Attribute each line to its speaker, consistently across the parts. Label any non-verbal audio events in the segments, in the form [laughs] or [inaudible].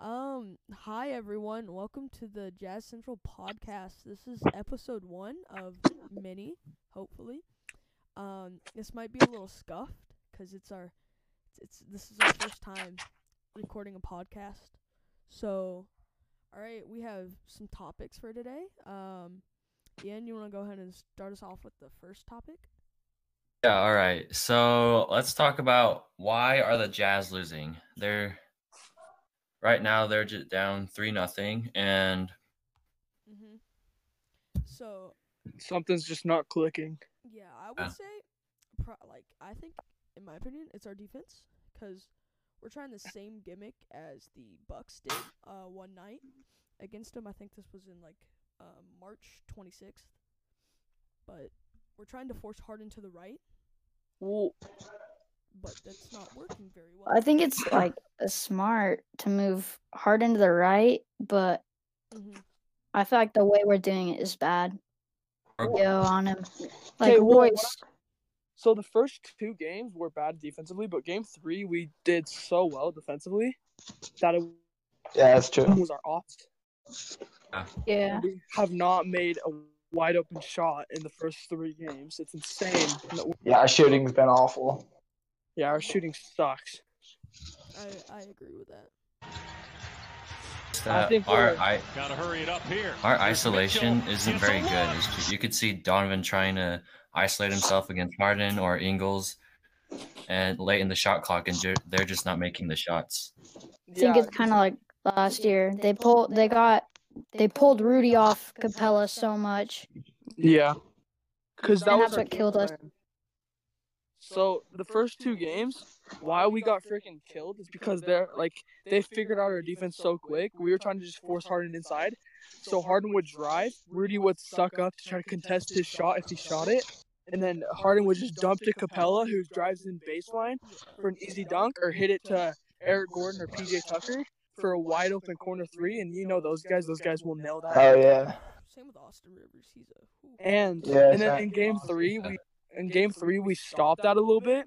Speaker 1: Um, hi everyone. Welcome to the Jazz Central podcast. This is episode 1 of many, hopefully. Um, this might be a little scuffed cuz it's our it's, it's this is our first time recording a podcast. So, all right, we have some topics for today. Um, Ian, you want to go ahead and start us off with the first topic?
Speaker 2: Yeah, all right. So let's talk about why are the Jazz losing? They're right now they're just down three nothing, and
Speaker 1: Mhm. So,
Speaker 3: Something's just not clicking.
Speaker 1: Yeah, I would
Speaker 2: Yeah.
Speaker 1: say, pro- like, I think, in my opinion, it's our defense because we're trying the same gimmick as the Bucks did uh, one night against them. I think this was in like uh, March 26th, but we're trying to force Harden to the right,
Speaker 3: Well,
Speaker 1: but that's not working very well.
Speaker 4: I think it's like a smart to move hard into the right, but
Speaker 1: Mhm.
Speaker 4: I feel like the way we're doing it is bad. Yo, on him. Like
Speaker 3: Okay, well,
Speaker 4: Royce.
Speaker 3: so the first two games were bad defensively, but game three we did so well defensively that it
Speaker 5: Yeah, that's true.
Speaker 3: [laughs] was our off.
Speaker 4: Yeah.
Speaker 3: We have not made a wide open shot in the first three games. It's insane.
Speaker 5: Yeah, our shooting's been awful.
Speaker 3: Yeah, our shooting sucks.
Speaker 1: I, I agree with that.
Speaker 2: it's that
Speaker 3: think
Speaker 2: our
Speaker 3: we're-
Speaker 2: I,
Speaker 6: Gotta hurry it up here.
Speaker 2: our isolation
Speaker 6: Mitchell.
Speaker 2: isn't
Speaker 6: It's a
Speaker 2: very good.
Speaker 6: one.
Speaker 2: It's ju- you could see Donovan trying to isolate himself against Harden or Ingles, and late in the shot clock, and ju- they're just not making the shots.
Speaker 4: I think it's kind of like last year. They pulled, they got, they pulled Rudy off Capella so much.
Speaker 3: yeah, because that
Speaker 4: And
Speaker 3: was
Speaker 4: that's
Speaker 3: our
Speaker 4: what killed us.
Speaker 3: plan. So the first two games, why we got freaking killed is because they're like they figured out our defense so quick. We were trying to just force Harden inside. So Harden would drive, Rudy would suck up to try to contest his shot if he shot it, and then Harden would just dump to Capella, who drives in baseline for an easy dunk, or hit it to Eric Gordon or PJ Tucker for a wide open corner three. And you know those guys; those guys will nail that.
Speaker 5: Oh yeah.
Speaker 1: Same with Austin Rivers. He's a. who-
Speaker 3: And
Speaker 5: Yeah,
Speaker 3: and then
Speaker 5: exactly.
Speaker 3: in game three we in game three we stopped that a little bit.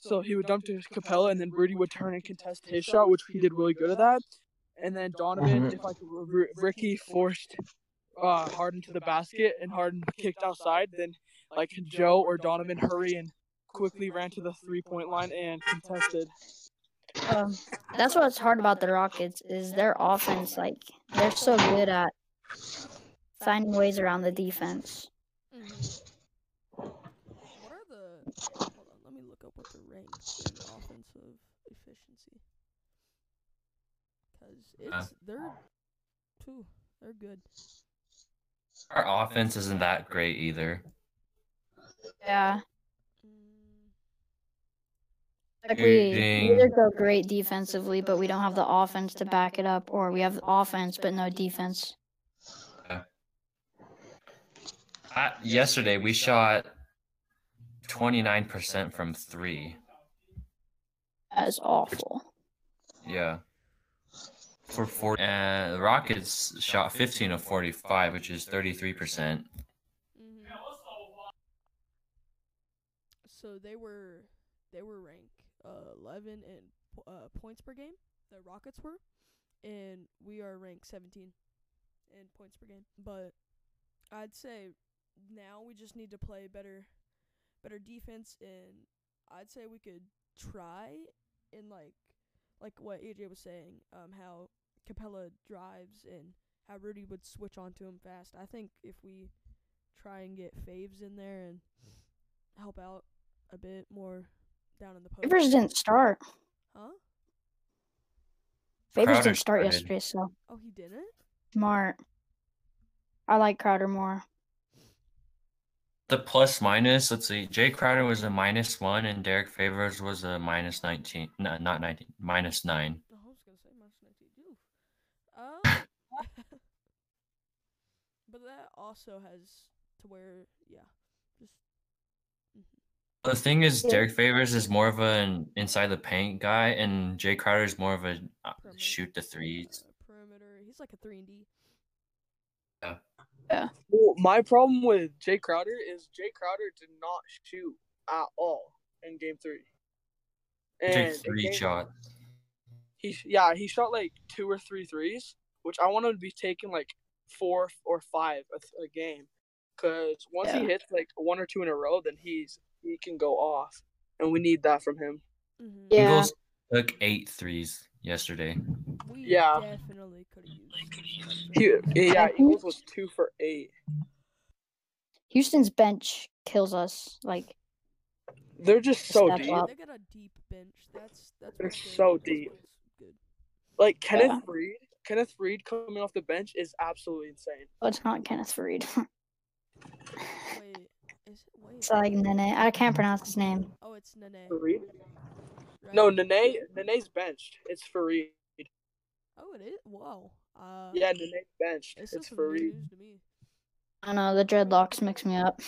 Speaker 3: So he would dump to Capella and then Rudy would turn and contest his shot, which he did really good at that. And then Donovan,
Speaker 5: Mhm.
Speaker 3: if like R- R- Ricky forced uh, Harden to the basket and Harden kicked outside, then like Joe or Donovan hurry and quickly ran to the three point line and contested.
Speaker 4: Um, that's what's hard about the Rockets is their offense. Like they're so good at finding ways around the defense.
Speaker 1: Mhm. What are the? Hold on, let me look up what the ranked in offensive efficiency. Cause it's they're, two, they're good.
Speaker 2: Our offense isn't that great either.
Speaker 4: Yeah.
Speaker 1: Mm,
Speaker 4: Like we, we
Speaker 2: Shooting.
Speaker 4: either go great defensively, but we don't have the offense to back it up, or we have offense but no defense.
Speaker 2: Uh, yesterday we shot 29% from three.
Speaker 4: That is awful.
Speaker 2: Yeah. For 40, and the Rockets shot 15 of 45, which is 33%.
Speaker 1: mhm. So they were, they were ranked uh, 11 in po- uh, points per game. The Rockets were, and we are ranked 17 in points per game. But I'd say now we just need to play better better defense and I'd say we could try in like like what AJ was saying, um how Capella drives and how Rudy would switch onto him fast. I think if we try and get Faves in there and help out a bit more down in the post.
Speaker 4: Favors didn't start.
Speaker 1: Huh?
Speaker 4: Favors
Speaker 2: Crowder
Speaker 4: didn't start
Speaker 2: started.
Speaker 4: yesterday, so
Speaker 1: Oh, he didn't?
Speaker 4: smart. I like Crowder more.
Speaker 2: The plus minus, let's see. Jay Crowder was a minus one, and Derek Favors was a minus 19. No, not 19, minus nine.
Speaker 1: No, I was gonna say minus nineteen. Oof. Um, [laughs] but that also has to where, yeah, just
Speaker 2: The thing is,
Speaker 4: Yeah.
Speaker 2: Derek Favors is more of an inside the paint guy, and Jay Crowder is more of a uh,
Speaker 1: perimeter,
Speaker 2: shoot the threes.
Speaker 1: uh, perimeter. He's like a three and D.
Speaker 3: Well, my problem with Jay Crowder is Jay Crowder did not shoot at all in game three.
Speaker 2: Take
Speaker 3: in
Speaker 2: three
Speaker 3: game-
Speaker 2: shot.
Speaker 3: He yeah, he shot like two or three threes, which I want him to be taking like four or five a, th- a game, because once he
Speaker 4: Yeah.
Speaker 3: hits like one or two in a row, then he's he can go off, and we need that from him.
Speaker 1: Mm-hmm.
Speaker 4: Yeah.
Speaker 2: Eagles took eight threes yesterday.
Speaker 1: We
Speaker 3: Yeah.
Speaker 1: definitely could have used.
Speaker 3: He, yeah,
Speaker 4: Mhm.
Speaker 3: Eagles was two for eight.
Speaker 4: Houston's bench kills us. Like
Speaker 3: They're just so
Speaker 4: Step
Speaker 3: deep.
Speaker 4: up.
Speaker 1: They got a deep bench. That's that's.
Speaker 3: They're
Speaker 1: what's good.
Speaker 3: so
Speaker 1: That's
Speaker 3: deep.
Speaker 1: what's Good.
Speaker 3: Like Kenneth Reed, Kenneth Reed coming off the bench is absolutely insane.
Speaker 4: well, it's not Kenneth Reed.
Speaker 1: Wait, is it wait?
Speaker 4: [laughs] it's like Nene. I can't pronounce his name.
Speaker 1: oh, it's Nene.
Speaker 3: Farid?
Speaker 1: Right?
Speaker 3: No, Nene, Nene's benched. It's Farid.
Speaker 1: Oh, it is. Wow. Uh,
Speaker 3: Yeah, Nene's benched.
Speaker 1: It's,
Speaker 3: It's,
Speaker 1: just
Speaker 3: Farid.
Speaker 1: news to me.
Speaker 4: I don't know. The dreadlocks mix me up.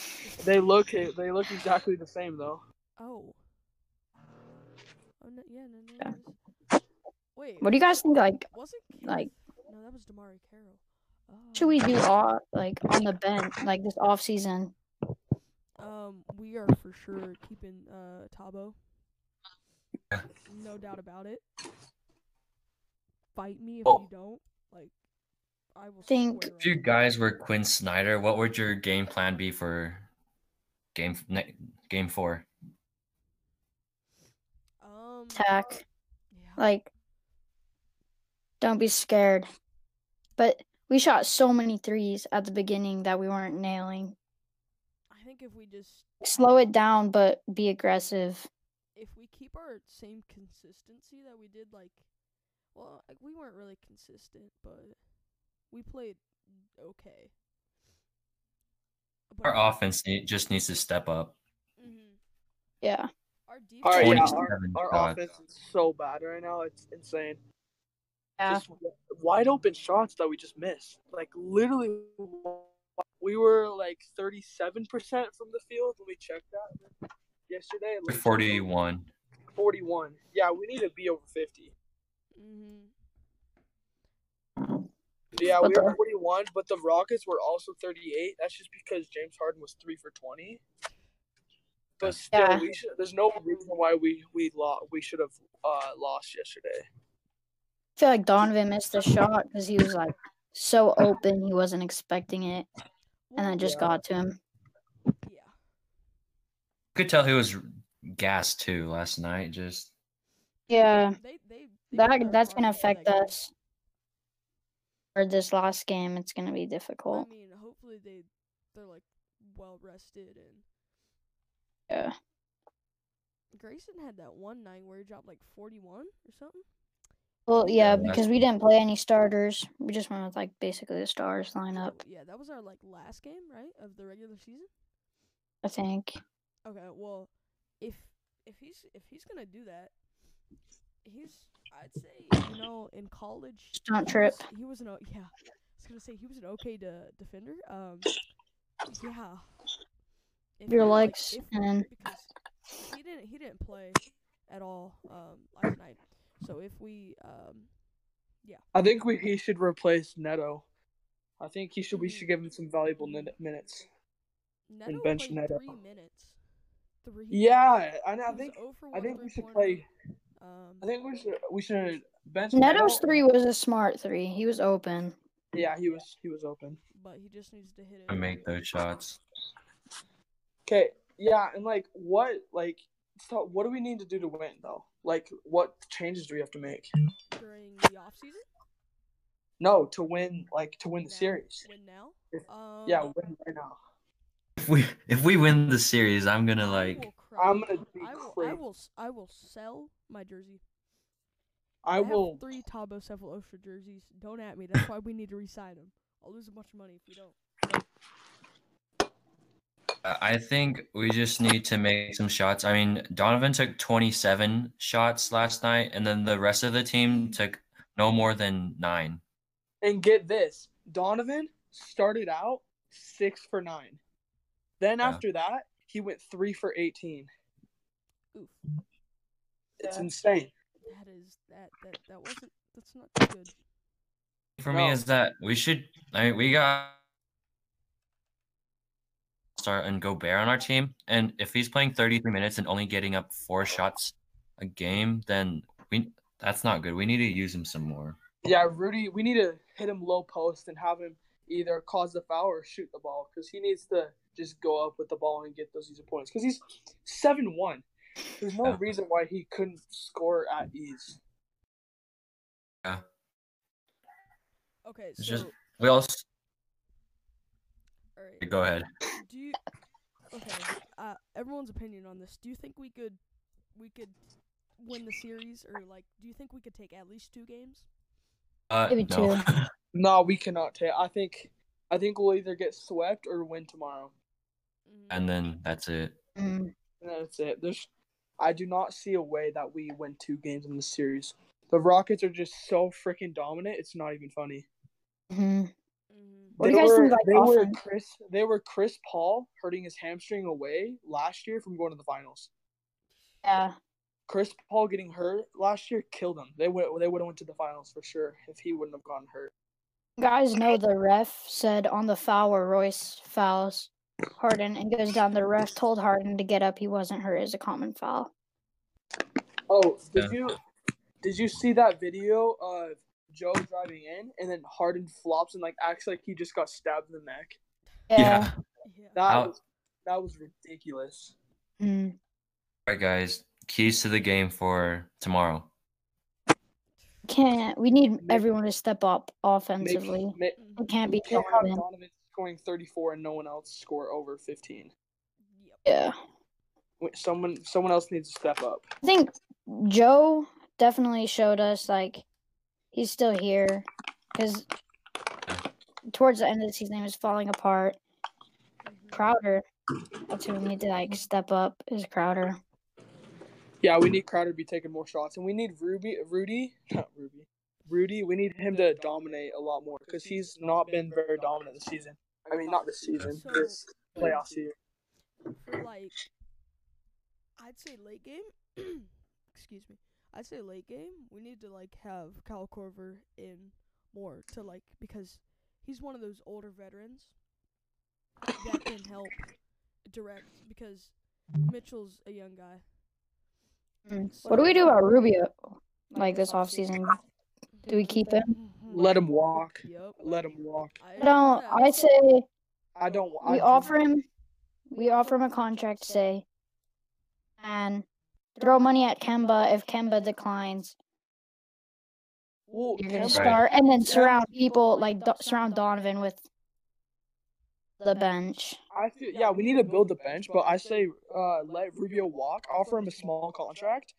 Speaker 3: They look they look exactly the same though.
Speaker 1: Oh. Oh no, yeah, Nene.
Speaker 4: Yeah.
Speaker 1: is- Wait.
Speaker 4: What do you guys think? Like,
Speaker 1: Wasn't Kenneth...
Speaker 4: like-
Speaker 1: No, that was Damari Carroll. Oh.
Speaker 4: what should we do off, like on the bench, like this off season?
Speaker 1: Um, we are for sure keeping uh Tabo.
Speaker 2: Yeah.
Speaker 1: No doubt about it. Fight me if
Speaker 2: Oh.
Speaker 1: you don't. Like, I will
Speaker 4: Think-
Speaker 1: swear
Speaker 2: If you
Speaker 1: on it.
Speaker 2: guys were Quinn Snyder, what would your game plan be for game ne- game four?
Speaker 1: Um.
Speaker 4: Attack.
Speaker 1: Yeah.
Speaker 4: Like, don't be scared. But we shot so many threes at the beginning that we weren't nailing.
Speaker 1: I think if we just
Speaker 4: Slow it down, but be aggressive.
Speaker 1: if we keep our same consistency that we did, like, well, like, we weren't really consistent, but we played okay. But
Speaker 2: Our offense ne- just needs to step up.
Speaker 1: mhm.
Speaker 4: Yeah.
Speaker 1: Our defense.
Speaker 3: All right, yeah, our,
Speaker 2: 27
Speaker 3: our
Speaker 2: shots.
Speaker 3: offense is so bad right now. It's insane.
Speaker 4: Yeah.
Speaker 3: Just w- wide open shots that we just missed. Like literally, we were like thirty-seven percent from the field when we checked that yesterday.
Speaker 2: We're
Speaker 3: like,
Speaker 2: 41.
Speaker 3: 41. Yeah, we need to be over 50.
Speaker 1: Mhm.
Speaker 3: Yeah,
Speaker 4: What
Speaker 3: we were
Speaker 4: the-
Speaker 3: 41, but the Rockets were also 38. That's just because James Harden was 3 for 20. But still,
Speaker 4: Yeah.
Speaker 3: we should, there's no reason why we we lost, we should have uh, lost yesterday.
Speaker 4: I feel like Donovan missed the shot because he was like so open, he wasn't expecting it, and
Speaker 1: Well,
Speaker 4: it just
Speaker 3: Yeah.
Speaker 4: got to him.
Speaker 1: yeah.
Speaker 2: You could tell he was gassed too last night. Just
Speaker 4: Yeah,
Speaker 1: They, they, they
Speaker 4: that
Speaker 1: put our
Speaker 4: that's gonna
Speaker 1: bodies in that
Speaker 4: affect
Speaker 1: game.
Speaker 4: us. For this last game, it's gonna be
Speaker 1: I
Speaker 4: difficult.
Speaker 1: mean, hopefully they they're like well rested and
Speaker 4: Yeah,
Speaker 1: Grayson had that one night where he dropped like 41 or something.
Speaker 4: well, yeah,
Speaker 2: Yeah, that's-
Speaker 4: because we didn't play any starters. We just went with like basically the stars lineup.
Speaker 1: So, yeah, that was our like last game, right, of the regular season.
Speaker 4: I think.
Speaker 1: Okay, well, if if he's if he's gonna do that, he's I'd say you know in college
Speaker 4: Just don't
Speaker 1: he
Speaker 4: trip.
Speaker 1: was- he was an o- yeah. I was gonna say he was an okay de- defender. Um, yeah. If
Speaker 4: Your
Speaker 1: he, like,
Speaker 4: legs
Speaker 1: if-
Speaker 4: and-
Speaker 1: because he didn't he didn't play at all um last night. So if we um
Speaker 3: I think we he should replace Neto. I think he should we
Speaker 1: Mhm.
Speaker 3: should give him some valuable min- minutes.
Speaker 1: Neto
Speaker 3: bench
Speaker 1: played
Speaker 3: Neto.
Speaker 1: three minutes, three.
Speaker 3: Yeah, I, I
Speaker 1: He was
Speaker 3: think
Speaker 1: 0 for
Speaker 3: I
Speaker 1: 1
Speaker 3: think we should
Speaker 1: three-pointer.
Speaker 3: play.
Speaker 1: Um,
Speaker 3: I think we should we should bench
Speaker 4: Neto's
Speaker 3: Neto.
Speaker 4: three was a smart three. He was open.
Speaker 3: Yeah, he was he was open.
Speaker 1: but he just needs to hit it.
Speaker 2: to make those shots.
Speaker 3: Okay, yeah, and like what like so what do we need to do to win though? Like what changes do we have to make?
Speaker 1: during the off season.
Speaker 3: No, to win like to win the
Speaker 1: Now?
Speaker 3: series.
Speaker 1: Win
Speaker 3: If-
Speaker 1: now. Um,
Speaker 3: Yeah, win right now.
Speaker 2: If we if we win the series, I'm gonna
Speaker 1: I
Speaker 2: like
Speaker 1: will cry.
Speaker 3: I'm gonna be
Speaker 1: I will, I
Speaker 3: crazy.
Speaker 1: will. s- I will sell my jersey.
Speaker 3: I
Speaker 1: have
Speaker 3: will.
Speaker 1: three Tabo Cephalosha jerseys. Don't at me. That's why we need to resign them. I'll lose a bunch of money if we don't.
Speaker 2: I I think we just need to make some shots. I mean, Donovan took 27 shots last night, and then the rest of the team took no more than nine.
Speaker 3: And get this, Donovan started out six for nine. Then
Speaker 2: Yeah.
Speaker 3: after that, he went three for eighteen.
Speaker 1: Oof.
Speaker 3: It's
Speaker 4: Yeah.
Speaker 3: insane.
Speaker 1: That is that that that wasn't. That's not too good.
Speaker 2: For me,
Speaker 3: No.
Speaker 2: is that we should. I mean, we got start and Gobert on our team, and if he's playing 33 minutes and only getting up four shots a game, then we That's not good. We need to use him some more.
Speaker 3: Yeah, Rudy, we need to hit him low post and have him either cause the foul or shoot the ball because he needs to just go up with the ball and get those easy points because he's seven one. There's no
Speaker 2: Yeah.
Speaker 3: reason why he couldn't score at ease.
Speaker 1: Okay, so
Speaker 2: It's just- We also
Speaker 1: all right.
Speaker 2: go ahead.
Speaker 1: Do you? Okay. Uh, everyone's opinion on this. Do you think we could, we could, win the series, or like, do you think we could take at least two games?
Speaker 2: Uh,
Speaker 4: Maybe
Speaker 2: no.
Speaker 3: No, we cannot take. I think, I think we'll either get swept or win tomorrow,
Speaker 2: [laughs] and then that's it.
Speaker 4: Mm,
Speaker 3: and that's it. There's, I do not see a way that we win two games in this series. The Rockets are just so freaking dominant. It's not even funny.
Speaker 4: mhm.
Speaker 1: Mm-hmm.
Speaker 4: What do
Speaker 3: They
Speaker 4: you guys
Speaker 3: were-
Speaker 4: think about
Speaker 3: they were
Speaker 4: offense?
Speaker 3: Chris. They were Chris Paul hurting his hamstring away last year from going to the finals.
Speaker 4: Yeah.
Speaker 3: Chris Paul getting hurt last year killed them. They would they would have went to the finals for sure if he wouldn't have gotten hurt.
Speaker 4: Guys know the ref said on the foul where Royce fouls Harden and goes down. The ref told Harden to get up. He wasn't hurt. It's a common foul.
Speaker 3: Oh, did
Speaker 2: Yeah.
Speaker 3: you did you see that video of Joe driving in and then Harden flops and like acts like he just got stabbed in the neck?
Speaker 4: Yeah.
Speaker 1: Yeah.
Speaker 3: That
Speaker 2: Out.
Speaker 3: was that was ridiculous.
Speaker 4: Mm.
Speaker 2: All right, guys. Keys to the game for tomorrow.
Speaker 4: Can't we need everyone to step up
Speaker 3: Make-
Speaker 4: offensively?
Speaker 3: ma-
Speaker 1: Mhm.
Speaker 4: It can't
Speaker 3: you
Speaker 4: be
Speaker 3: can't have
Speaker 4: Donovan.
Speaker 3: Donovan scoring 34 and no one else score over 15.
Speaker 1: Yep.
Speaker 4: Yeah.
Speaker 3: Wait, Someone someone else needs to step up.
Speaker 4: I think Joe definitely showed us like he's still here because towards the end of the season he was falling apart.
Speaker 1: Mhm.
Speaker 4: Crowder, that's who we need to like step up is Crowder.
Speaker 3: Yeah, we need Crowder to be taking more shots, and we need Ruby, Rudy, not Ruby, Rudy. We need him to dominate a lot more because he's not been very dominant this season. I mean, not this season,
Speaker 1: So-
Speaker 3: this playoff year.
Speaker 1: For like, I'd say late game. [clears throat] excuse me. I'd say late game. We need to like have Kyle Corver in more to like because he's one of those older veterans that can help direct because Mitchell's a young guy.
Speaker 4: Mm.
Speaker 1: So-
Speaker 4: What do we do about Rubio? Like this offseason, do we keep him?
Speaker 1: Mhm.
Speaker 3: Let him walk.
Speaker 1: Yep.
Speaker 3: Let him walk.
Speaker 1: I
Speaker 4: I don't. I say
Speaker 3: I don't. I
Speaker 4: we
Speaker 3: do-
Speaker 4: offer him, we offer him a contract, say, and throw money at Kemba. If Kemba declines,
Speaker 3: Well,
Speaker 4: you're gonna
Speaker 3: Kemba-
Speaker 2: start-
Speaker 4: start, and then
Speaker 3: Yeah.
Speaker 4: surround people like Do- surround Donovan with the bench.
Speaker 3: I feel, yeah, we need to build the bench, but I say uh, let Rubio walk. Offer him a small contract,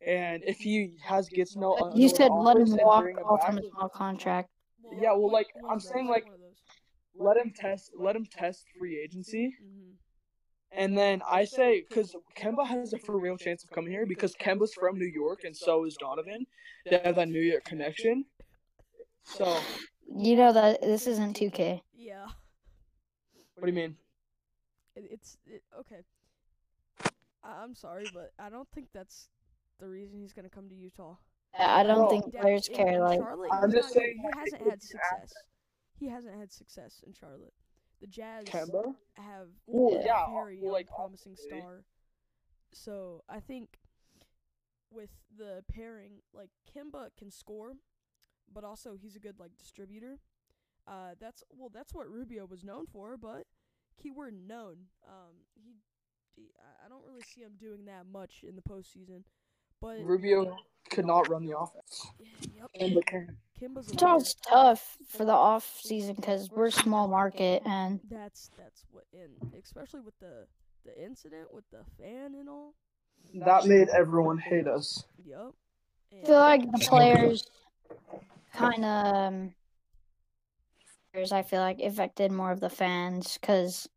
Speaker 3: and if he has gets no, uh,
Speaker 4: You
Speaker 3: no
Speaker 4: said let
Speaker 3: offers
Speaker 4: him
Speaker 3: and
Speaker 4: walk
Speaker 3: bring him
Speaker 4: off
Speaker 3: back,
Speaker 4: from a small contract.
Speaker 1: Well,
Speaker 3: yeah, well, like,
Speaker 1: one of
Speaker 3: I'm
Speaker 1: those,
Speaker 3: saying, like,
Speaker 1: one of those.
Speaker 3: Let him test. Let him test free agency.
Speaker 1: Mhm.
Speaker 3: And then I say, because Kemba has a for real chance of coming here because Kemba's from New York and so is Donovan. They have that New York connection. So, what
Speaker 4: You know that this isn't 2K.
Speaker 1: Yeah.
Speaker 3: do you mean?
Speaker 1: It, it's it, okay. I, I'm sorry, but I don't think that's the reason he's gonna come to Utah.
Speaker 4: I I don't
Speaker 3: Well,
Speaker 4: think
Speaker 1: Down
Speaker 4: players
Speaker 1: in
Speaker 4: care. Like
Speaker 1: Charlotte,
Speaker 3: I'm
Speaker 1: he's
Speaker 3: just
Speaker 1: not-
Speaker 3: saying
Speaker 1: he
Speaker 3: that
Speaker 1: hasn't
Speaker 3: it's
Speaker 1: had success. He hasn't had success in Charlotte. The Jazz
Speaker 3: Kemba?
Speaker 1: have
Speaker 3: Well,
Speaker 1: a
Speaker 3: yeah,
Speaker 1: very
Speaker 3: well,
Speaker 1: young,
Speaker 3: like,
Speaker 1: promising
Speaker 3: obviously.
Speaker 1: star. So I think with the pairing, like Kimba can score, but also he's a good like distributor. Uh, that's well, that's what Rubio was known for, but keyword known. Um, he, he I- I don't really see him doing that much in the postseason, but
Speaker 3: Rubio could not run the offense.
Speaker 1: [laughs] yep,
Speaker 3: Kemba can.
Speaker 1: Kimba's a
Speaker 4: Utah's
Speaker 1: leader.
Speaker 4: tough for the off season because we're a small market and
Speaker 1: That's that's what, and especially with the the incident with the fan and all.
Speaker 3: That made everyone hate us.
Speaker 1: Yep. And
Speaker 4: I feel like the players kind of um, players, I feel like affected more of the fans because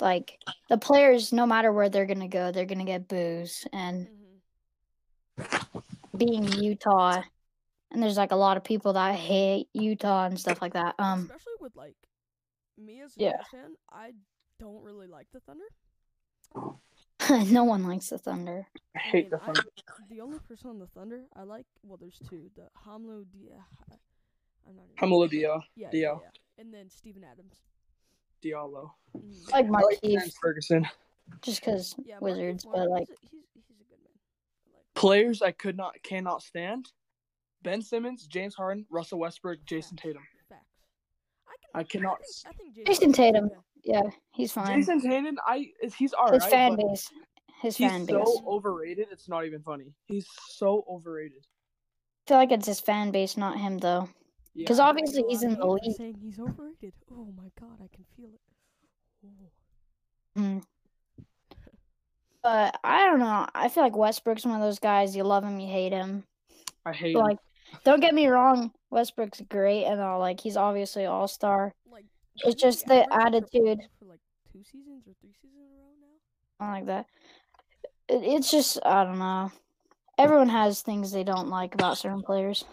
Speaker 4: like the players, no matter where they're gonna go, they're gonna get boos and
Speaker 1: Mhm.
Speaker 4: being Utah. And there's like a lot of people that hate Utah and stuff like that. Um, [laughs]
Speaker 1: especially with like me as a
Speaker 4: yeah.
Speaker 1: Jazz fan, I don't really like the Thunder.
Speaker 4: no one likes the Thunder.
Speaker 3: I
Speaker 1: I
Speaker 3: hate
Speaker 1: mean,
Speaker 3: the
Speaker 1: I-
Speaker 3: Thunder.
Speaker 1: the only person on the Thunder I like, well, there's two: the Hamlo Dia. I'm not. Even,
Speaker 3: Hamalabia,
Speaker 1: yeah, yeah,
Speaker 3: Dia.
Speaker 1: yeah, and then Steven Adams.
Speaker 3: Diallo.
Speaker 1: Mm.
Speaker 3: I
Speaker 4: I like
Speaker 3: like
Speaker 4: Marquise
Speaker 3: Terrence Ferguson.
Speaker 4: just because
Speaker 1: Yeah, Marcus
Speaker 4: Wizards,
Speaker 1: Smart,
Speaker 4: but
Speaker 1: he's
Speaker 4: like
Speaker 1: a, he's, he's a good man. I like
Speaker 3: Players I could not cannot stand: Ben Simmons, James Harden, Russell Westbrook, Jason Tatum.
Speaker 1: Facts.
Speaker 3: I
Speaker 1: I can.
Speaker 3: cannot s-
Speaker 1: I think, I think
Speaker 4: Jason Tatum.
Speaker 1: okay.
Speaker 4: Yeah, he's fine.
Speaker 3: Jason Tatum, I is- he's all
Speaker 4: his
Speaker 3: right,
Speaker 4: fan
Speaker 3: but
Speaker 4: base. His fan
Speaker 3: He's
Speaker 4: base.
Speaker 3: so overrated. It's not even funny. He's so overrated.
Speaker 4: I feel like it's his fan base, not him though.
Speaker 3: Yeah.
Speaker 4: 'Cause
Speaker 1: I
Speaker 4: obviously
Speaker 1: know
Speaker 4: he's
Speaker 1: I
Speaker 4: in
Speaker 1: hate
Speaker 4: the
Speaker 1: you
Speaker 4: league.
Speaker 1: Saying he's overrated. Oh my god, I can feel it. Oh.
Speaker 4: Mm. But I don't know. I feel like Westbrook's one of those guys. You love him, you hate him.
Speaker 3: I hate him.
Speaker 4: Like, don't get me wrong. Westbrook's great and all. Like, he's obviously all star.
Speaker 1: Like
Speaker 4: It's
Speaker 1: didn't he
Speaker 4: just the
Speaker 1: average a triple
Speaker 4: attitude.
Speaker 1: double For like two seasons or three seasons in a row now.
Speaker 4: like that. It, it's just I don't know. Everyone has things they don't like about certain players.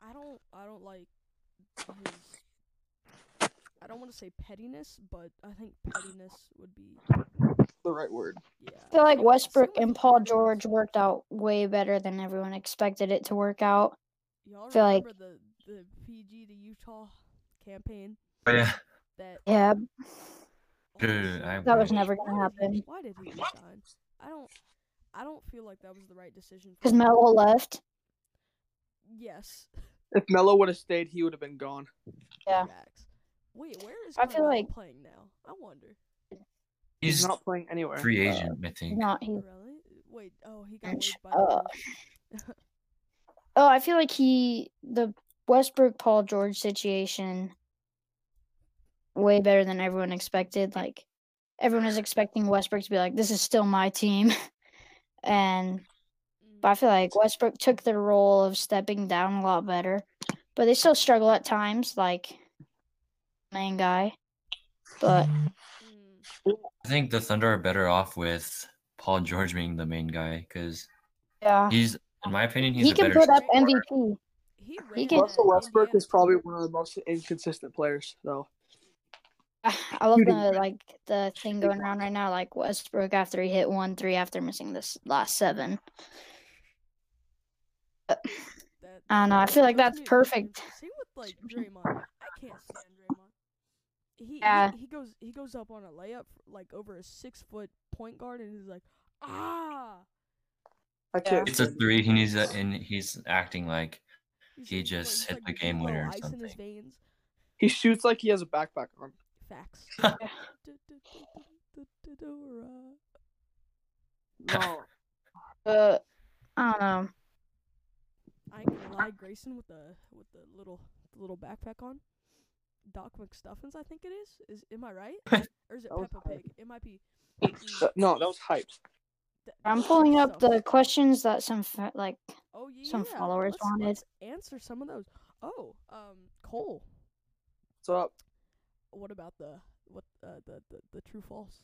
Speaker 1: I don't I don't like his I don't want to say pettiness, but I think pettiness would be
Speaker 3: the right word.
Speaker 1: yeah.
Speaker 4: I feel like
Speaker 1: so much- so
Speaker 4: Westbrook
Speaker 1: much
Speaker 4: and Paul
Speaker 1: pettiness.
Speaker 4: George worked out way better than everyone expected it to work out.
Speaker 1: Y'all
Speaker 4: feel like-
Speaker 1: remember the the PG to Utah campaign
Speaker 2: Oh, yeah.
Speaker 1: that
Speaker 4: Yeah,
Speaker 1: all of a
Speaker 2: Dude,
Speaker 1: sudden-
Speaker 2: I
Speaker 4: That was
Speaker 2: wish.
Speaker 4: never
Speaker 1: Why
Speaker 4: gonna
Speaker 1: did he-
Speaker 4: happen.
Speaker 1: Why did he resign? I don't I don't feel like that was the right decision. for
Speaker 4: because
Speaker 1: him.
Speaker 4: Melo left.
Speaker 1: Yes.
Speaker 3: If Melo would have stayed, he would have been gone.
Speaker 4: Yeah.
Speaker 1: Facts. Wait, where is
Speaker 4: I feel
Speaker 1: Carmelo
Speaker 4: like-
Speaker 1: playing now? I wonder.
Speaker 3: He's,
Speaker 2: He's
Speaker 3: not playing anywhere.
Speaker 2: free agent, I
Speaker 4: He's
Speaker 2: think.
Speaker 4: Not he.
Speaker 1: Really? Wait, oh, he got waived by
Speaker 4: Uh,
Speaker 1: the
Speaker 4: Oh, I feel like he the Westbrook Paul George situation way better than everyone expected. Like everyone is expecting Westbrook to be like, "This is still my team," [laughs] and
Speaker 1: Bulls.
Speaker 4: But I feel
Speaker 1: Mm.
Speaker 4: like Westbrook took the role of stepping down a lot better. But they still struggle at times, like main guy. But
Speaker 1: Mm,
Speaker 2: I think the Thunder are better off with Paul George being the main guy because
Speaker 4: yeah,
Speaker 2: he's, in my opinion, he's
Speaker 4: Ah. he
Speaker 2: a
Speaker 4: can
Speaker 2: better
Speaker 4: put up
Speaker 1: scorer.
Speaker 4: MVP.
Speaker 1: He
Speaker 4: He
Speaker 1: ran
Speaker 4: can-
Speaker 1: that
Speaker 3: Russell Westbrook
Speaker 1: Indiana
Speaker 3: is probably
Speaker 1: team.
Speaker 3: one of the most inconsistent players, though.
Speaker 4: [sighs] I love
Speaker 3: Shooting.
Speaker 4: the like the thing going around right now, like Westbrook after he hit one three after missing this last seven.
Speaker 1: That-
Speaker 4: I don't know, I feel like
Speaker 1: those
Speaker 4: that's
Speaker 1: new- those
Speaker 4: perfect.
Speaker 1: new- Same with like Draymond. I can't stand Draymond. He,
Speaker 4: Yeah.
Speaker 1: he he goes he goes up on a layup like over a six foot point guard and he's like ah
Speaker 3: I can't.
Speaker 2: It's a
Speaker 3: stand him.
Speaker 2: three. He needs a, and he's acting like
Speaker 1: He's
Speaker 2: He
Speaker 1: like-
Speaker 2: just
Speaker 1: he's
Speaker 2: hit
Speaker 1: like
Speaker 2: the game
Speaker 1: yellow
Speaker 2: winner or
Speaker 1: ice in his
Speaker 2: something.
Speaker 1: veins.
Speaker 3: He shoots like he has a backpack on.
Speaker 2: [laughs]
Speaker 1: Facts.
Speaker 3: No,
Speaker 4: But I don't know.
Speaker 1: I ain't gonna lie, Grayson with the with the little the little backpack on. Doc McStuffins, I think it is. Is am I right?
Speaker 2: [laughs]
Speaker 1: or is it
Speaker 3: That was
Speaker 1: Peppa
Speaker 3: hard.
Speaker 1: Pig? It might be.
Speaker 3: That- Uh, no, that was hyped.
Speaker 1: Th-
Speaker 4: I'm
Speaker 1: Doc
Speaker 4: pulling up
Speaker 1: McStuff-
Speaker 4: the questions that some fa- like
Speaker 1: oh, yeah,
Speaker 4: some followers
Speaker 1: let's,
Speaker 4: wanted.
Speaker 1: Let's answer some of those. Oh, um, Cole.
Speaker 3: What's up?
Speaker 1: What about the what uh, the the the true false?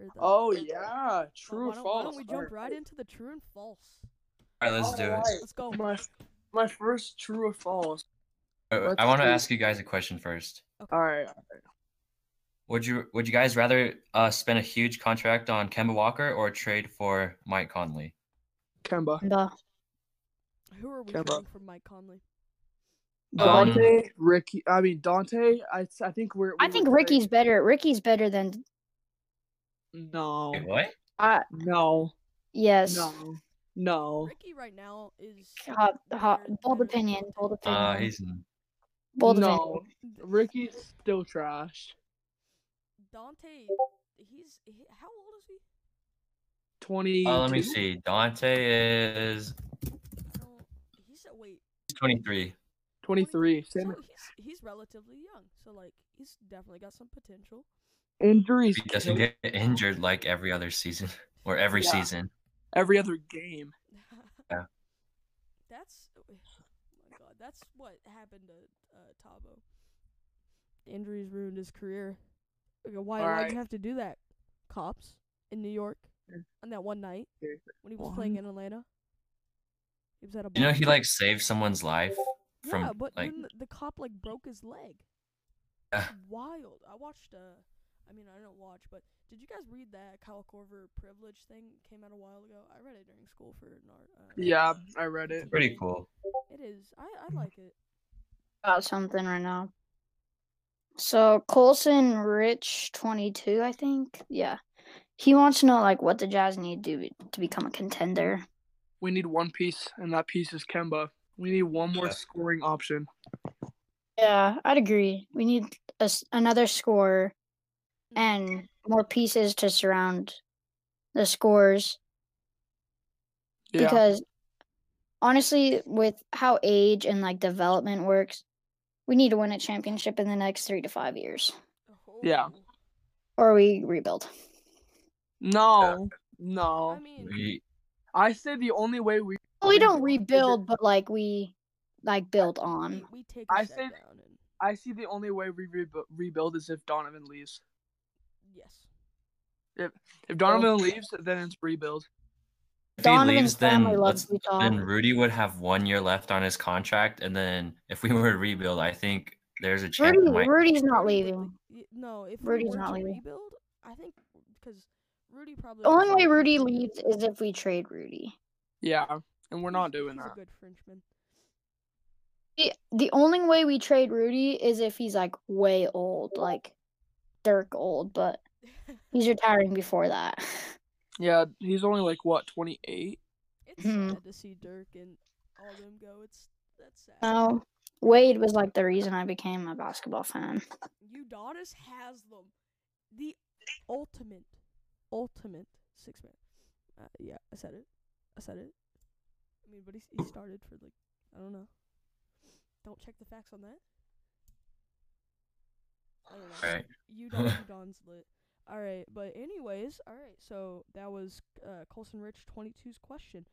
Speaker 1: Or the,
Speaker 3: Oh
Speaker 1: the-
Speaker 3: yeah,
Speaker 1: Well,
Speaker 3: true
Speaker 1: why
Speaker 3: or
Speaker 1: don't,
Speaker 3: false?
Speaker 1: Why don't we jump right into the true and false?
Speaker 2: All right, let's do it.
Speaker 1: Let's go.
Speaker 3: Oh, My my first true or false.
Speaker 2: Uh,
Speaker 3: Let's
Speaker 2: I want to
Speaker 3: do-
Speaker 2: ask you guys a question first.
Speaker 3: All right.
Speaker 2: Would you would you guys rather uh, spend a huge contract on Kemba Walker or trade for Mike Conley?
Speaker 3: Kemba.
Speaker 4: The
Speaker 1: Who are we
Speaker 3: Come on.
Speaker 1: trading for Mike Conley?
Speaker 2: Um,
Speaker 3: Dante, Ricky. I mean Dante. I, I think we're.
Speaker 4: I
Speaker 3: we
Speaker 4: think
Speaker 3: would trade-
Speaker 4: Ricky's better. Ricky's better than
Speaker 3: No.
Speaker 2: Wait, what?
Speaker 4: uh
Speaker 3: No.
Speaker 4: yes.
Speaker 3: No. No.
Speaker 1: Ricky right now is
Speaker 4: Hot, hot,
Speaker 1: better-
Speaker 4: bold
Speaker 1: better than
Speaker 4: opinion, bold
Speaker 1: Dante.
Speaker 4: opinion,
Speaker 2: Uh, he's
Speaker 4: bold opinion.
Speaker 3: no.
Speaker 1: Th-
Speaker 3: Ricky's still trash.
Speaker 1: Dante, he's he, how old is he?
Speaker 3: Twenty.
Speaker 2: uh, let me see. Dante is
Speaker 1: No, he's a, wait.
Speaker 2: he's 23.
Speaker 3: Twenty-three. Same.
Speaker 1: So he's he's relatively young, so like he's definitely got some potential.
Speaker 3: Injuries.
Speaker 2: He doesn't
Speaker 3: kill
Speaker 2: get injured like every other season [laughs] or every
Speaker 3: Yeah.
Speaker 2: season.
Speaker 3: every other game.
Speaker 1: [laughs]
Speaker 2: Yeah.
Speaker 1: That's oh my god. That's what happened to uh, Tabo. Injuries ruined his career. Okay, why why'd
Speaker 3: Alright.
Speaker 1: you have to do that? Cops in New York
Speaker 3: Yeah.
Speaker 1: on that one night
Speaker 3: Yeah.
Speaker 1: when he was playing
Speaker 3: One.
Speaker 1: in Atlanta. He was at a
Speaker 2: You know
Speaker 1: bar.
Speaker 2: he like saved someone's life
Speaker 1: yeah,
Speaker 2: from
Speaker 1: but
Speaker 2: like
Speaker 1: then the cop like broke his leg.
Speaker 2: Yeah.
Speaker 1: It's wild. I watched. Uh, I mean, I don't watch, but did you guys read that Kyle Corver privilege thing came out a while ago? I read it during school for an art. Uh,
Speaker 3: Yeah, I read it.
Speaker 2: pretty cool.
Speaker 1: It is. I, I like it.
Speaker 4: About something right now. So Colson Rich, twenty-two, I think. Yeah, he wants to know like what the Jazz need to do to become a contender.
Speaker 3: We need one piece, and that piece is Kemba. We need one more
Speaker 2: Yeah.
Speaker 3: scoring option.
Speaker 4: Yeah, I'd agree. We need a s another scorer and more pieces to surround the scores
Speaker 3: Yeah.
Speaker 4: because honestly, with how age and like development works, we need to win a championship in the next three to five years,
Speaker 3: Yeah.
Speaker 1: Oh,
Speaker 4: or we rebuild.
Speaker 3: no,
Speaker 1: I
Speaker 3: no.
Speaker 1: mean,
Speaker 2: We,
Speaker 3: I say the only way we.
Speaker 4: Well, we
Speaker 3: Rebuild is
Speaker 4: don't
Speaker 3: it-
Speaker 4: rebuild, but like we like build
Speaker 1: we,
Speaker 4: on.
Speaker 1: we take a
Speaker 3: I
Speaker 1: step
Speaker 3: say-
Speaker 1: down and
Speaker 3: I see the only way we rebu rebuild is if Donovan leaves.
Speaker 1: yes.
Speaker 4: Oh.
Speaker 3: If Donovan leaves, then it's rebuild.
Speaker 2: if he
Speaker 4: Donovan's
Speaker 2: leaves, then
Speaker 4: family loves
Speaker 2: let's,
Speaker 4: Utah.
Speaker 2: then Rudy would have one year left on his contract, and then if we were to rebuild, I think there's a chance. we
Speaker 4: Rudy,
Speaker 2: might-
Speaker 4: Rudy's not
Speaker 1: Rudy would
Speaker 4: leaving.
Speaker 1: le- y- No, if
Speaker 4: Rudy's
Speaker 1: we were
Speaker 4: not
Speaker 1: to
Speaker 4: leaving.
Speaker 1: rebuild, I think because Rudy probably.
Speaker 4: The only
Speaker 1: also-
Speaker 4: way Rudy leaves is if we trade Rudy.
Speaker 3: Yeah, and we're
Speaker 1: he's-
Speaker 3: not doing
Speaker 1: he's
Speaker 3: that.
Speaker 1: A good Frenchman. [laughs]
Speaker 4: The- The only way we trade Rudy is if he's like way old, like Dirk old, but he's retiring before that. [laughs]
Speaker 3: Yeah, he's only like what, 28?
Speaker 1: it's
Speaker 4: Hmm.
Speaker 1: sad to see Dirk and all them go. It's that's sad.
Speaker 4: No, Wade was like the reason I became a basketball fan.
Speaker 1: Udonis Haslam, the ultimate, ultimate six man. Uh, yeah, I said it. I said it. I mean, but he he started for like I don't know. Don't check the facts on that. I don't know.
Speaker 2: [laughs] Right.
Speaker 1: Udon, Udon's lit. All right, but anyways, all right. So that was uh, Colson Rich 22's question.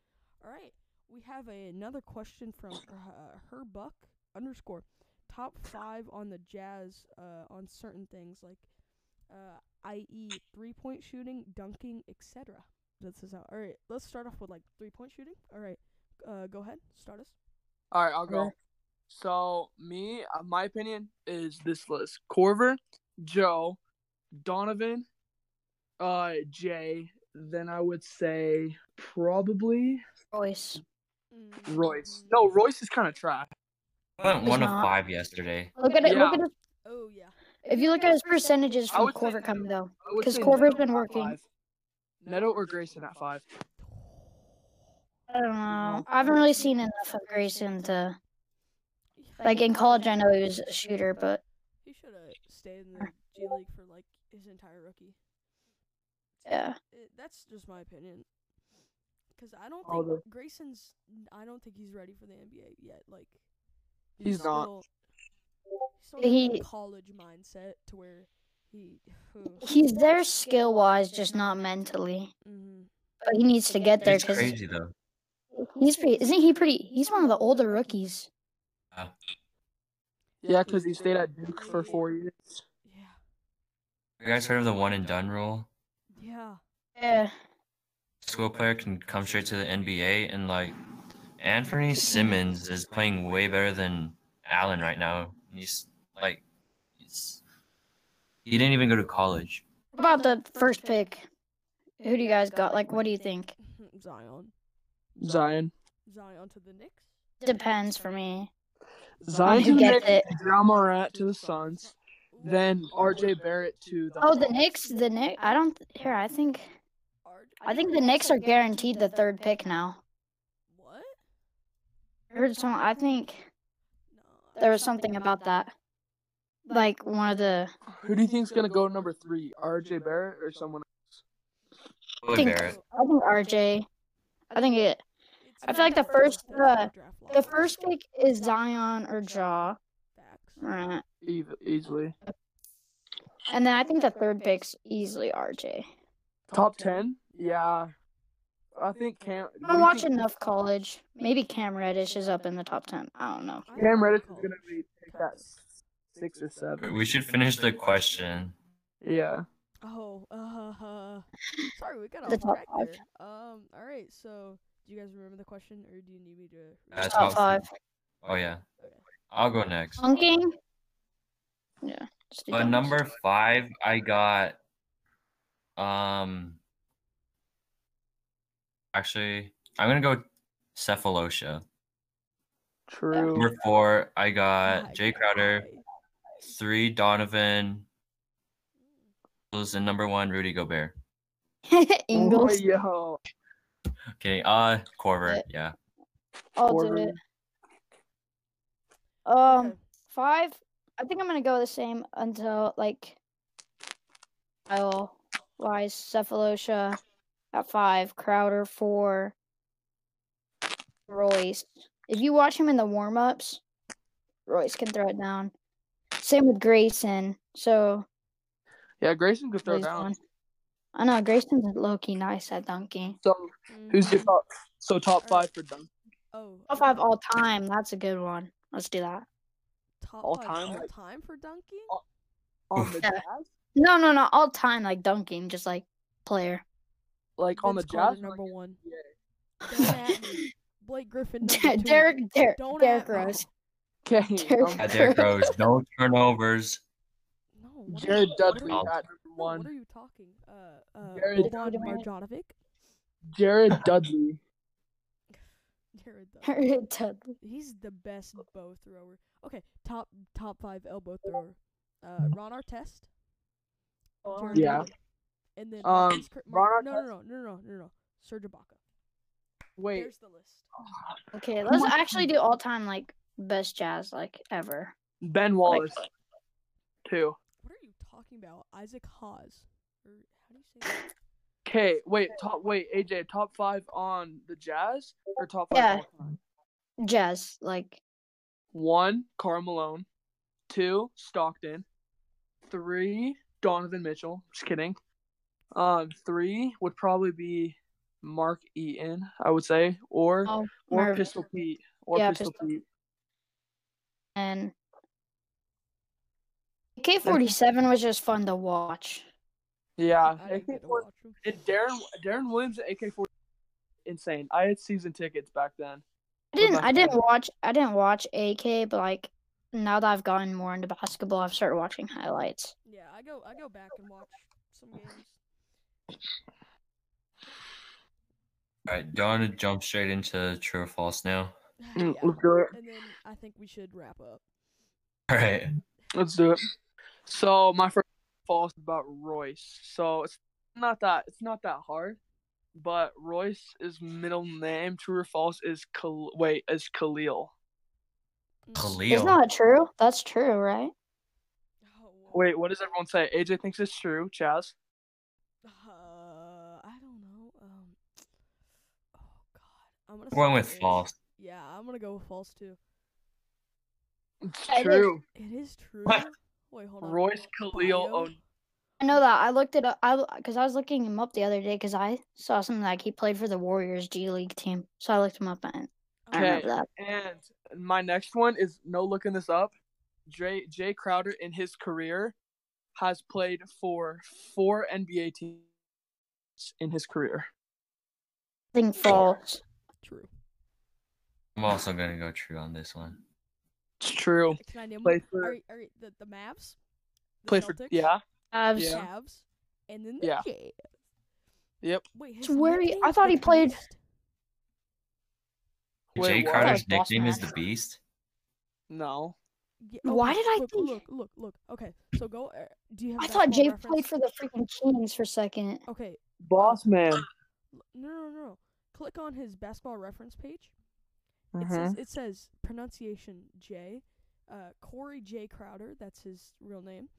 Speaker 1: All right, we have a, another question from uh, her buck underscore top five on the Jazz uh, on certain things like, uh, i.e. three point shooting, dunking, etc. This is how. All right, let's start off with like three point shooting. All right, uh, go ahead, start us.
Speaker 3: All right, I'll go.
Speaker 4: Okay.
Speaker 3: So, me, uh, my opinion is this list Corver, Joe, Donovan, uh, Jay. Then I would say probably
Speaker 4: Royce.
Speaker 3: Mm.
Speaker 1: Mm.
Speaker 3: Royce. No, Royce is kind of trash.
Speaker 2: I went
Speaker 4: He's
Speaker 2: one of
Speaker 4: not.
Speaker 2: five yesterday.
Speaker 4: Look at it. Look
Speaker 3: Yeah.
Speaker 4: at his,
Speaker 1: Oh yeah.
Speaker 4: if you look at his percentages
Speaker 3: I
Speaker 4: from
Speaker 3: would say
Speaker 4: Corver
Speaker 3: Neto.
Speaker 4: coming though,
Speaker 3: I would
Speaker 4: 'Cause
Speaker 3: say
Speaker 4: Corver's
Speaker 3: Neto
Speaker 4: been
Speaker 3: at
Speaker 4: working.
Speaker 3: five. Neto or Grayson at five.
Speaker 4: I don't know. I haven't really seen enough of Grayson to like in college. I know he was a shooter, but
Speaker 1: He should have stayed in the G League for like his entire rookie.
Speaker 4: yeah,
Speaker 1: It, that's just my opinion. Because I don't
Speaker 3: All
Speaker 1: think Grayson's. I don't think he's ready for the NBA yet. Like
Speaker 3: He's not.
Speaker 1: still- he's still in that
Speaker 4: He-
Speaker 1: college mindset to where he. [sighs]
Speaker 4: he's there skill wise, just not mentally.
Speaker 1: hmm
Speaker 4: But he needs to get there
Speaker 2: It's
Speaker 4: because
Speaker 2: crazy though.
Speaker 4: He's pretty. Isn't he pretty? He's one of the older rookies.
Speaker 3: Yeah, because he stayed at Duke for four years.
Speaker 1: Yeah.
Speaker 2: You guys heard of the one and done rule?
Speaker 1: Yeah. [laughs]
Speaker 4: Yeah.
Speaker 2: School player can come straight to the NBA, and like Anthony Simmons is playing way better than Allen right now. He's like, he's, he didn't even go to college.
Speaker 4: What about the first pick? Who do you guys got? Like, what do you think?
Speaker 1: Zion.
Speaker 3: Zion.
Speaker 1: Zion to the Knicks.
Speaker 4: Depends for me.
Speaker 3: Zion
Speaker 4: who
Speaker 3: to the
Speaker 4: gets
Speaker 3: Knicks,
Speaker 4: it.
Speaker 3: Ja Morant to the Suns, then RJ Barrett to the
Speaker 4: Oh, the Knicks. The Knicks. I don't. Here, I think. I think the Knicks are guaranteed the third pick now.
Speaker 1: What?
Speaker 4: I heard some. I think
Speaker 1: No.
Speaker 4: there was something about that. Like one of the.
Speaker 3: Who do you think's gonna go number three? RJ Barrett or someone?
Speaker 2: Boy
Speaker 4: think-
Speaker 2: Barrett.
Speaker 4: I think RJ. I think it.
Speaker 1: It's
Speaker 4: I feel
Speaker 1: not
Speaker 4: like the first,
Speaker 1: pick of
Speaker 4: uh,
Speaker 1: draft
Speaker 4: The
Speaker 1: lottery.
Speaker 4: first pick is Zion or Jaw.
Speaker 1: Facts.
Speaker 4: Right.
Speaker 3: Eve, easily.
Speaker 4: And then I think the third pick's easily RJ.
Speaker 3: Top ten? Yeah. I think Cam.
Speaker 4: I don't watch enough college. Maybe Cam Reddish is up in the top ten. I don't know.
Speaker 1: I
Speaker 3: Cam
Speaker 1: love
Speaker 3: Reddish is
Speaker 1: college.
Speaker 3: gonna be pick that six or seven.
Speaker 2: We should finish the question.
Speaker 3: Yeah.
Speaker 1: Oh, uh, [laughs] sorry, we got
Speaker 4: The
Speaker 1: off
Speaker 4: top
Speaker 1: track
Speaker 4: five.
Speaker 1: there. Um, all right, so do you guys remember the question, or do you need me to?
Speaker 2: Uh,
Speaker 1: read
Speaker 4: top
Speaker 2: top
Speaker 4: five.
Speaker 2: Oh yeah, I'll go next.
Speaker 4: Dunking. Yeah. just do
Speaker 2: But
Speaker 4: dunks.
Speaker 2: Uh,
Speaker 4: [laughs]
Speaker 2: number five, I got. Um. Actually, I'm gonna go Cephalosha.
Speaker 3: True.
Speaker 2: Number four, I
Speaker 1: My
Speaker 2: got Uh, Jay Crowder.
Speaker 1: guy.
Speaker 2: Three, Donovan. Was the number one, Rudy Gobert.
Speaker 4: Ingles.
Speaker 3: Oh, yo.
Speaker 2: Kidding. Uh, Corver. Yeah.
Speaker 4: I'll do
Speaker 3: Corver.
Speaker 4: it. Um,
Speaker 1: Okay.
Speaker 4: five. I think I'm gonna go the same until like. I'll wise Cephalosha at five, Crowder four, Royce. If you watch him in the warm ups, Royce can throw it down. Same with Grayson. So
Speaker 3: Yeah, Grayson could throw
Speaker 4: he's
Speaker 3: down.
Speaker 4: one. I know Grayson's low key nice at dunking.
Speaker 3: So who's your
Speaker 1: Mm,
Speaker 3: top? So top five for dunk.
Speaker 1: oh
Speaker 4: Top five all time. That's a good one. Let's do that.
Speaker 1: top
Speaker 3: all
Speaker 1: five
Speaker 3: time,
Speaker 1: all
Speaker 3: like-
Speaker 1: time for dunking?
Speaker 3: on the
Speaker 4: Yeah.
Speaker 3: Jazz,
Speaker 4: No, no, no. All time, like dunking, just like player.
Speaker 3: like on the
Speaker 1: Vince Carter,
Speaker 3: Jazz.
Speaker 1: number
Speaker 3: like,
Speaker 1: one.
Speaker 3: yeah.
Speaker 1: Don't at
Speaker 4: [laughs]
Speaker 1: me. Blake
Speaker 3: [laughs]
Speaker 1: Griffin, number two.
Speaker 4: Derek, Derek, Derek,
Speaker 1: Don't at me.
Speaker 4: Rose.
Speaker 3: [laughs] Okay.
Speaker 4: Derrick-
Speaker 3: um, [laughs]
Speaker 2: Yeah, Derrick Rose. No turnovers.
Speaker 1: [laughs] No, what are you-
Speaker 3: Jared
Speaker 1: what are
Speaker 3: Dudley
Speaker 1: you-
Speaker 2: I'll-
Speaker 3: at
Speaker 1: no,
Speaker 3: number
Speaker 1: What
Speaker 3: one.
Speaker 1: are you talking? Uh, uh,
Speaker 3: Jared
Speaker 1: Boban
Speaker 4: Dudley.
Speaker 1: Marjanovic, [laughs]
Speaker 3: Jared Dudley.
Speaker 1: Jared Dudley.
Speaker 4: Derek Dudley.
Speaker 1: He's the
Speaker 3: [laughs]
Speaker 1: best bow thrower. Okay, top top five elbow thrower. Uh, Ron Artest. Jared
Speaker 3: Oh, Yeah. Um,
Speaker 1: Dudley, And then Marcus Cur- Mar-
Speaker 3: Ron
Speaker 1: no, no, no, no, no, no, no. Serge Ibaka.
Speaker 3: Wait,
Speaker 1: There's the list.
Speaker 4: Okay,
Speaker 3: Who
Speaker 4: let's
Speaker 3: was-
Speaker 4: actually do all time like best jazz like ever.
Speaker 3: Ben Wallace. Two.
Speaker 1: What are you talking about? Isaac Haas. Or how do you say that?
Speaker 3: Okay. Wait. Top. Wait. AJ. Top five on the Jazz or top five.
Speaker 4: Yeah.
Speaker 3: all time?
Speaker 4: Jazz like
Speaker 3: One. Karl Malone. Two. Stockton. Three. Donovan Mitchell. Just kidding. Um. Three would probably be Mark Eaton. I would say or
Speaker 4: oh,
Speaker 3: or
Speaker 4: Merv
Speaker 3: Pistol Pete or
Speaker 4: Yeah,
Speaker 3: Pistol,
Speaker 4: Pistol
Speaker 3: Pete.
Speaker 4: and K forty seven was just fun to watch.
Speaker 3: Yeah.
Speaker 1: I didn't get to
Speaker 3: AK-47
Speaker 1: watch him.
Speaker 3: And Darren Darren Williams at AK forty insane. I had season tickets back then.
Speaker 4: I
Speaker 3: What
Speaker 4: didn't
Speaker 3: about
Speaker 4: I didn't
Speaker 3: you?
Speaker 4: watch I didn't watch AK, but like now that I've gotten more into basketball, I've started watching highlights.
Speaker 1: Yeah, I go I go back and watch some games. [laughs]
Speaker 2: All right. Do you want to jump straight into true or false now? [laughs]
Speaker 3: Mm,
Speaker 1: Yeah.
Speaker 3: Let's do it.
Speaker 1: And then I think we should wrap up.
Speaker 2: All right.
Speaker 3: Let's do it. So my first false about Royce. So it's not that it's not that hard, but Royce's middle name, true or false, is Khal- wait is Khalil.
Speaker 1: Mm.
Speaker 4: It's
Speaker 2: Khalil.
Speaker 4: not true. That's true, right?
Speaker 1: Oh, well.
Speaker 3: Wait, what does everyone say? AJ thinks it's true. Chaz.
Speaker 1: Uh, I don't know. Um. Oh God, I'm gonna.
Speaker 2: We're going
Speaker 1: say
Speaker 2: with
Speaker 1: it is-
Speaker 2: false.
Speaker 1: Yeah, I'm gonna go with false too.
Speaker 3: It's
Speaker 4: I think-
Speaker 3: true.
Speaker 1: It is true. Wait, hold on.
Speaker 3: Royce Khalil.
Speaker 1: Bio?
Speaker 3: Oh,
Speaker 4: I know that. I looked it up. I because I was looking him up the other day because I saw something like he played for the Warriors G League team. So I looked him up and I
Speaker 1: Okay.
Speaker 4: remember that.
Speaker 3: and my next one is no looking this up. Jay Jay Crowder in his career has played for four NBA teams in his career.
Speaker 4: I think false.
Speaker 1: True.
Speaker 2: I'm also gonna go true on this one.
Speaker 3: It's true.
Speaker 1: Can I name
Speaker 3: Play
Speaker 1: one?
Speaker 3: for-
Speaker 1: Are, are the the Mavs? The
Speaker 3: Played for
Speaker 1: Celtics,
Speaker 3: yeah.
Speaker 4: Avs.
Speaker 1: The
Speaker 3: Yeah.
Speaker 1: Cavs, and then the
Speaker 3: Yeah.
Speaker 1: Jazz.
Speaker 3: Yep.
Speaker 1: Wait, his
Speaker 4: Swear he- I
Speaker 1: nickname's
Speaker 4: thought
Speaker 1: the
Speaker 4: he played-
Speaker 1: Beast?
Speaker 3: Wait,
Speaker 2: Jay
Speaker 3: what?
Speaker 2: Crowder's
Speaker 4: Boss
Speaker 2: nickname is
Speaker 4: man.
Speaker 2: the Beast.
Speaker 3: No.
Speaker 1: Yeah,
Speaker 4: Why
Speaker 1: okay,
Speaker 4: did I
Speaker 1: look,
Speaker 4: think-
Speaker 1: Look, look, look. Okay, so go. Uh, do you have?
Speaker 4: I thought
Speaker 1: basketball
Speaker 4: Jay
Speaker 1: reference?
Speaker 4: played for the freaking Kings for a second.
Speaker 1: Okay,
Speaker 3: Boss man.
Speaker 1: l- no, no, no, no. Click on his basketball reference page. It
Speaker 3: Mhm.
Speaker 1: says it says pronunciation J, uh, Corey J Crowder. That's his real name.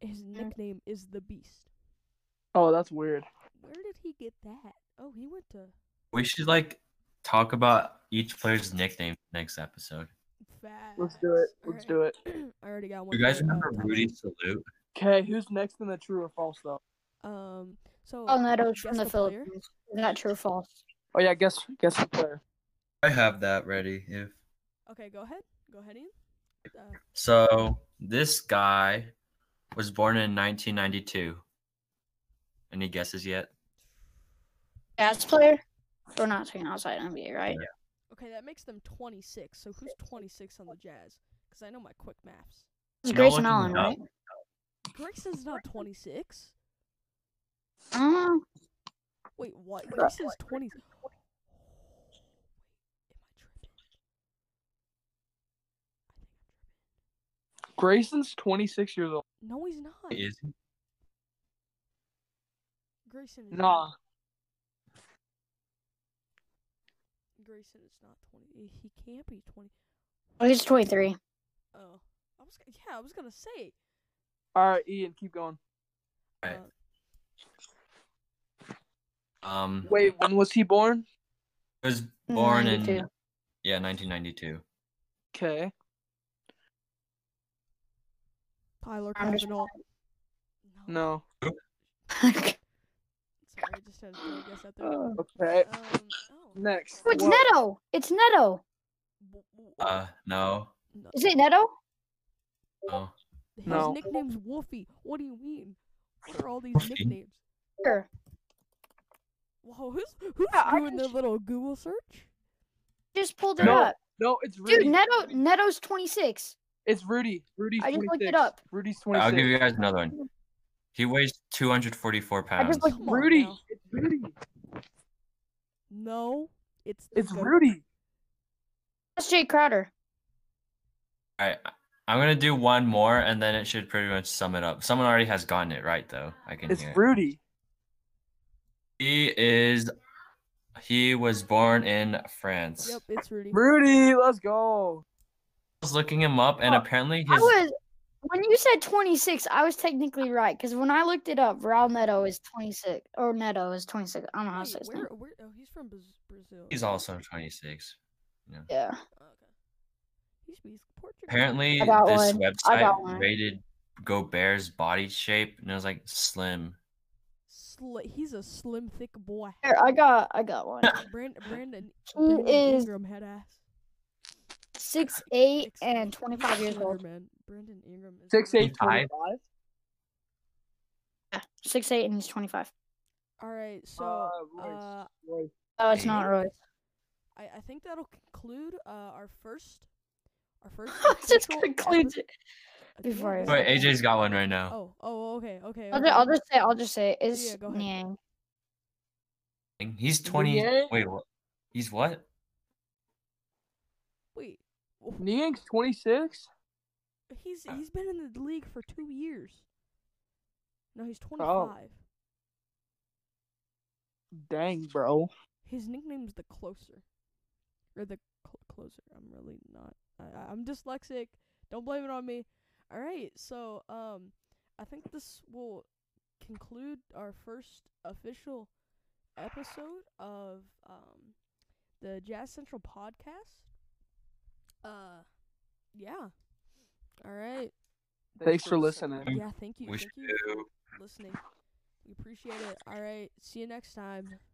Speaker 1: His
Speaker 4: Mm.
Speaker 1: nickname is the Beast.
Speaker 3: Oh, that's weird.
Speaker 1: Where did he get that? Oh, he went to
Speaker 2: We should like talk about each player's nickname next episode.
Speaker 1: fast.
Speaker 3: Let's do it. Let's do it.
Speaker 1: [clears throat] I already got one.
Speaker 2: You guys
Speaker 1: for, uh,
Speaker 2: remember
Speaker 1: top
Speaker 2: Rudy Salute?
Speaker 3: Okay, who's next in the true or false though?
Speaker 1: five. Um. So.
Speaker 4: Oh, Neto's from
Speaker 1: guess
Speaker 4: the
Speaker 1: the player?
Speaker 4: Philippines. Is that true or false?
Speaker 3: Oh yeah, guess guess the player.
Speaker 2: I have that ready. If
Speaker 1: Okay, go ahead. Go ahead, Ian. Uh,
Speaker 2: so, this guy was born in 1992. Any guesses yet?
Speaker 4: Jazz player? We're not talking outside NBA, right?
Speaker 1: okay, that makes them 26. So who's 26 on the Jazz? Because I know my quick maths.
Speaker 4: It's
Speaker 2: No
Speaker 4: Grayson
Speaker 2: one
Speaker 4: Allen,
Speaker 2: can
Speaker 4: right?
Speaker 1: Grayson's not 26.
Speaker 4: Mm,
Speaker 1: Wait, what? This is 20. Am I tripping?
Speaker 3: Grayson's 26 years old.
Speaker 1: No, he's not.
Speaker 2: Is he?
Speaker 1: Grayson is
Speaker 3: Nah.
Speaker 1: Grayson is not 20. He can't be 20.
Speaker 4: Well, he's 23.
Speaker 1: Oh, I was g- yeah, I was gonna say.
Speaker 3: All right, Ian, keep going.
Speaker 2: Right.
Speaker 1: uh,
Speaker 2: Um,
Speaker 3: Wait, when was he born?
Speaker 2: I was born in
Speaker 4: 92.
Speaker 2: yeah 1992.
Speaker 3: Okay.
Speaker 1: Tyler
Speaker 4: I'm just-
Speaker 1: Kavanaugh. [laughs]
Speaker 3: No.
Speaker 1: Sorry, I just had to throw a guess out
Speaker 4: [laughs]
Speaker 1: there. Um,
Speaker 3: Okay.
Speaker 1: oh.
Speaker 3: Next.
Speaker 4: Oh, it's
Speaker 3: What-
Speaker 4: Neto. It's Neto.
Speaker 1: w- w-
Speaker 2: Uh, no,
Speaker 1: no.
Speaker 4: Is it Neto?
Speaker 2: no.
Speaker 1: His
Speaker 3: No.
Speaker 1: nickname's Wolfie. What do you mean? What are all these
Speaker 2: Wolfie?
Speaker 1: nicknames?
Speaker 4: Sure.
Speaker 1: Whoa, who's who's
Speaker 4: Yeah, I
Speaker 1: doing the
Speaker 4: just-
Speaker 1: little Google search?
Speaker 4: Just pulled it
Speaker 2: No.
Speaker 4: up.
Speaker 3: No, it's
Speaker 4: Dude,
Speaker 3: Rudy.
Speaker 4: Neto Neto's 26.
Speaker 3: It's Rudy. Rudy's
Speaker 4: I just
Speaker 3: 26.
Speaker 4: looked it up.
Speaker 3: Rudy's
Speaker 2: Alright,
Speaker 3: 26.
Speaker 2: I'll give you guys another one. He weighs 244
Speaker 4: I
Speaker 2: pounds.
Speaker 4: just looked.
Speaker 1: Come on
Speaker 3: Rudy.
Speaker 1: now.
Speaker 3: It's Rudy.
Speaker 1: No, it's the
Speaker 3: It's
Speaker 1: goat.
Speaker 3: Rudy.
Speaker 4: That's Jay Crowder.
Speaker 2: Alright, I- I'm gonna do one more, and then it should pretty much sum it up. Someone already has gotten it right, though. I can
Speaker 3: It's
Speaker 2: hear. it.
Speaker 3: Rudy.
Speaker 2: He is. He was born in France.
Speaker 1: Yep, it's Rudy.
Speaker 3: Rudy, let's go.
Speaker 2: I was looking him up, and
Speaker 3: Oh,
Speaker 2: apparently
Speaker 4: I
Speaker 2: his
Speaker 4: was when you said 26, I was technically right because when I looked it up, Raul Neto is 26 or Neto is 26. I don't know how to
Speaker 1: Wait,
Speaker 4: say his
Speaker 1: where,
Speaker 4: name.
Speaker 1: where, oh, he's from Braz- Brazil.
Speaker 2: he's
Speaker 1: right?
Speaker 2: also 26.
Speaker 4: Yeah,
Speaker 1: Oh, okay. He should be Portugal.
Speaker 2: Apparently,
Speaker 4: I got
Speaker 2: this
Speaker 4: one. I got
Speaker 2: website
Speaker 4: one.
Speaker 2: rated Gobert's body shape, and it was like slim.
Speaker 1: Sli- he's a slim, thick boy.
Speaker 4: Here, uh, I got I
Speaker 1: [laughs]
Speaker 4: got one.
Speaker 1: Brand- Brandon,
Speaker 4: [laughs] He
Speaker 1: Brandon
Speaker 4: is
Speaker 1: Ingram had ass.
Speaker 4: six eight
Speaker 1: Excuse me,
Speaker 4: and 25 years old.
Speaker 1: Man. Brandon Ingram is
Speaker 3: Six eight twenty
Speaker 2: Five.
Speaker 3: five.
Speaker 4: Six eight and he's 25.
Speaker 1: All right, so
Speaker 3: Uh, Royce.
Speaker 1: uh,
Speaker 3: Royce.
Speaker 4: Oh, it's not Roy.
Speaker 1: I, I think that'll conclude uh, our first
Speaker 4: [laughs]
Speaker 1: our first
Speaker 4: just
Speaker 1: official
Speaker 4: concludes
Speaker 1: ever-
Speaker 4: it.
Speaker 1: I think
Speaker 4: before I-
Speaker 1: this
Speaker 2: Wait,
Speaker 1: is-
Speaker 2: AJ's got one right now.
Speaker 1: Oh, oh, okay, okay.
Speaker 4: I'll
Speaker 1: okay.
Speaker 4: just, I'll just say I'll just say it. it's
Speaker 1: Yeah, go ahead.
Speaker 4: Niang.
Speaker 2: He's 20.
Speaker 3: Yeah.
Speaker 2: Wait, what? He's what?
Speaker 1: Wait, w-
Speaker 3: Niang's twenty six.
Speaker 1: he's he's been in the league for two years. No, he's
Speaker 4: Oh.
Speaker 1: 25.
Speaker 3: Dang, bro.
Speaker 1: His nickname's the closer, or the cl- closer. I'm really not. I, I- I'm dyslexic. Don't blame it on me. All right, so um, I think this will conclude our first official episode of um, the Jazz Central podcast. Uh, yeah. All right.
Speaker 3: Thanks for listening.
Speaker 2: Mm.
Speaker 1: Yeah. Thank you.
Speaker 2: We
Speaker 1: Thank
Speaker 2: should
Speaker 1: you for listening. We appreciate it. All right. See you next time.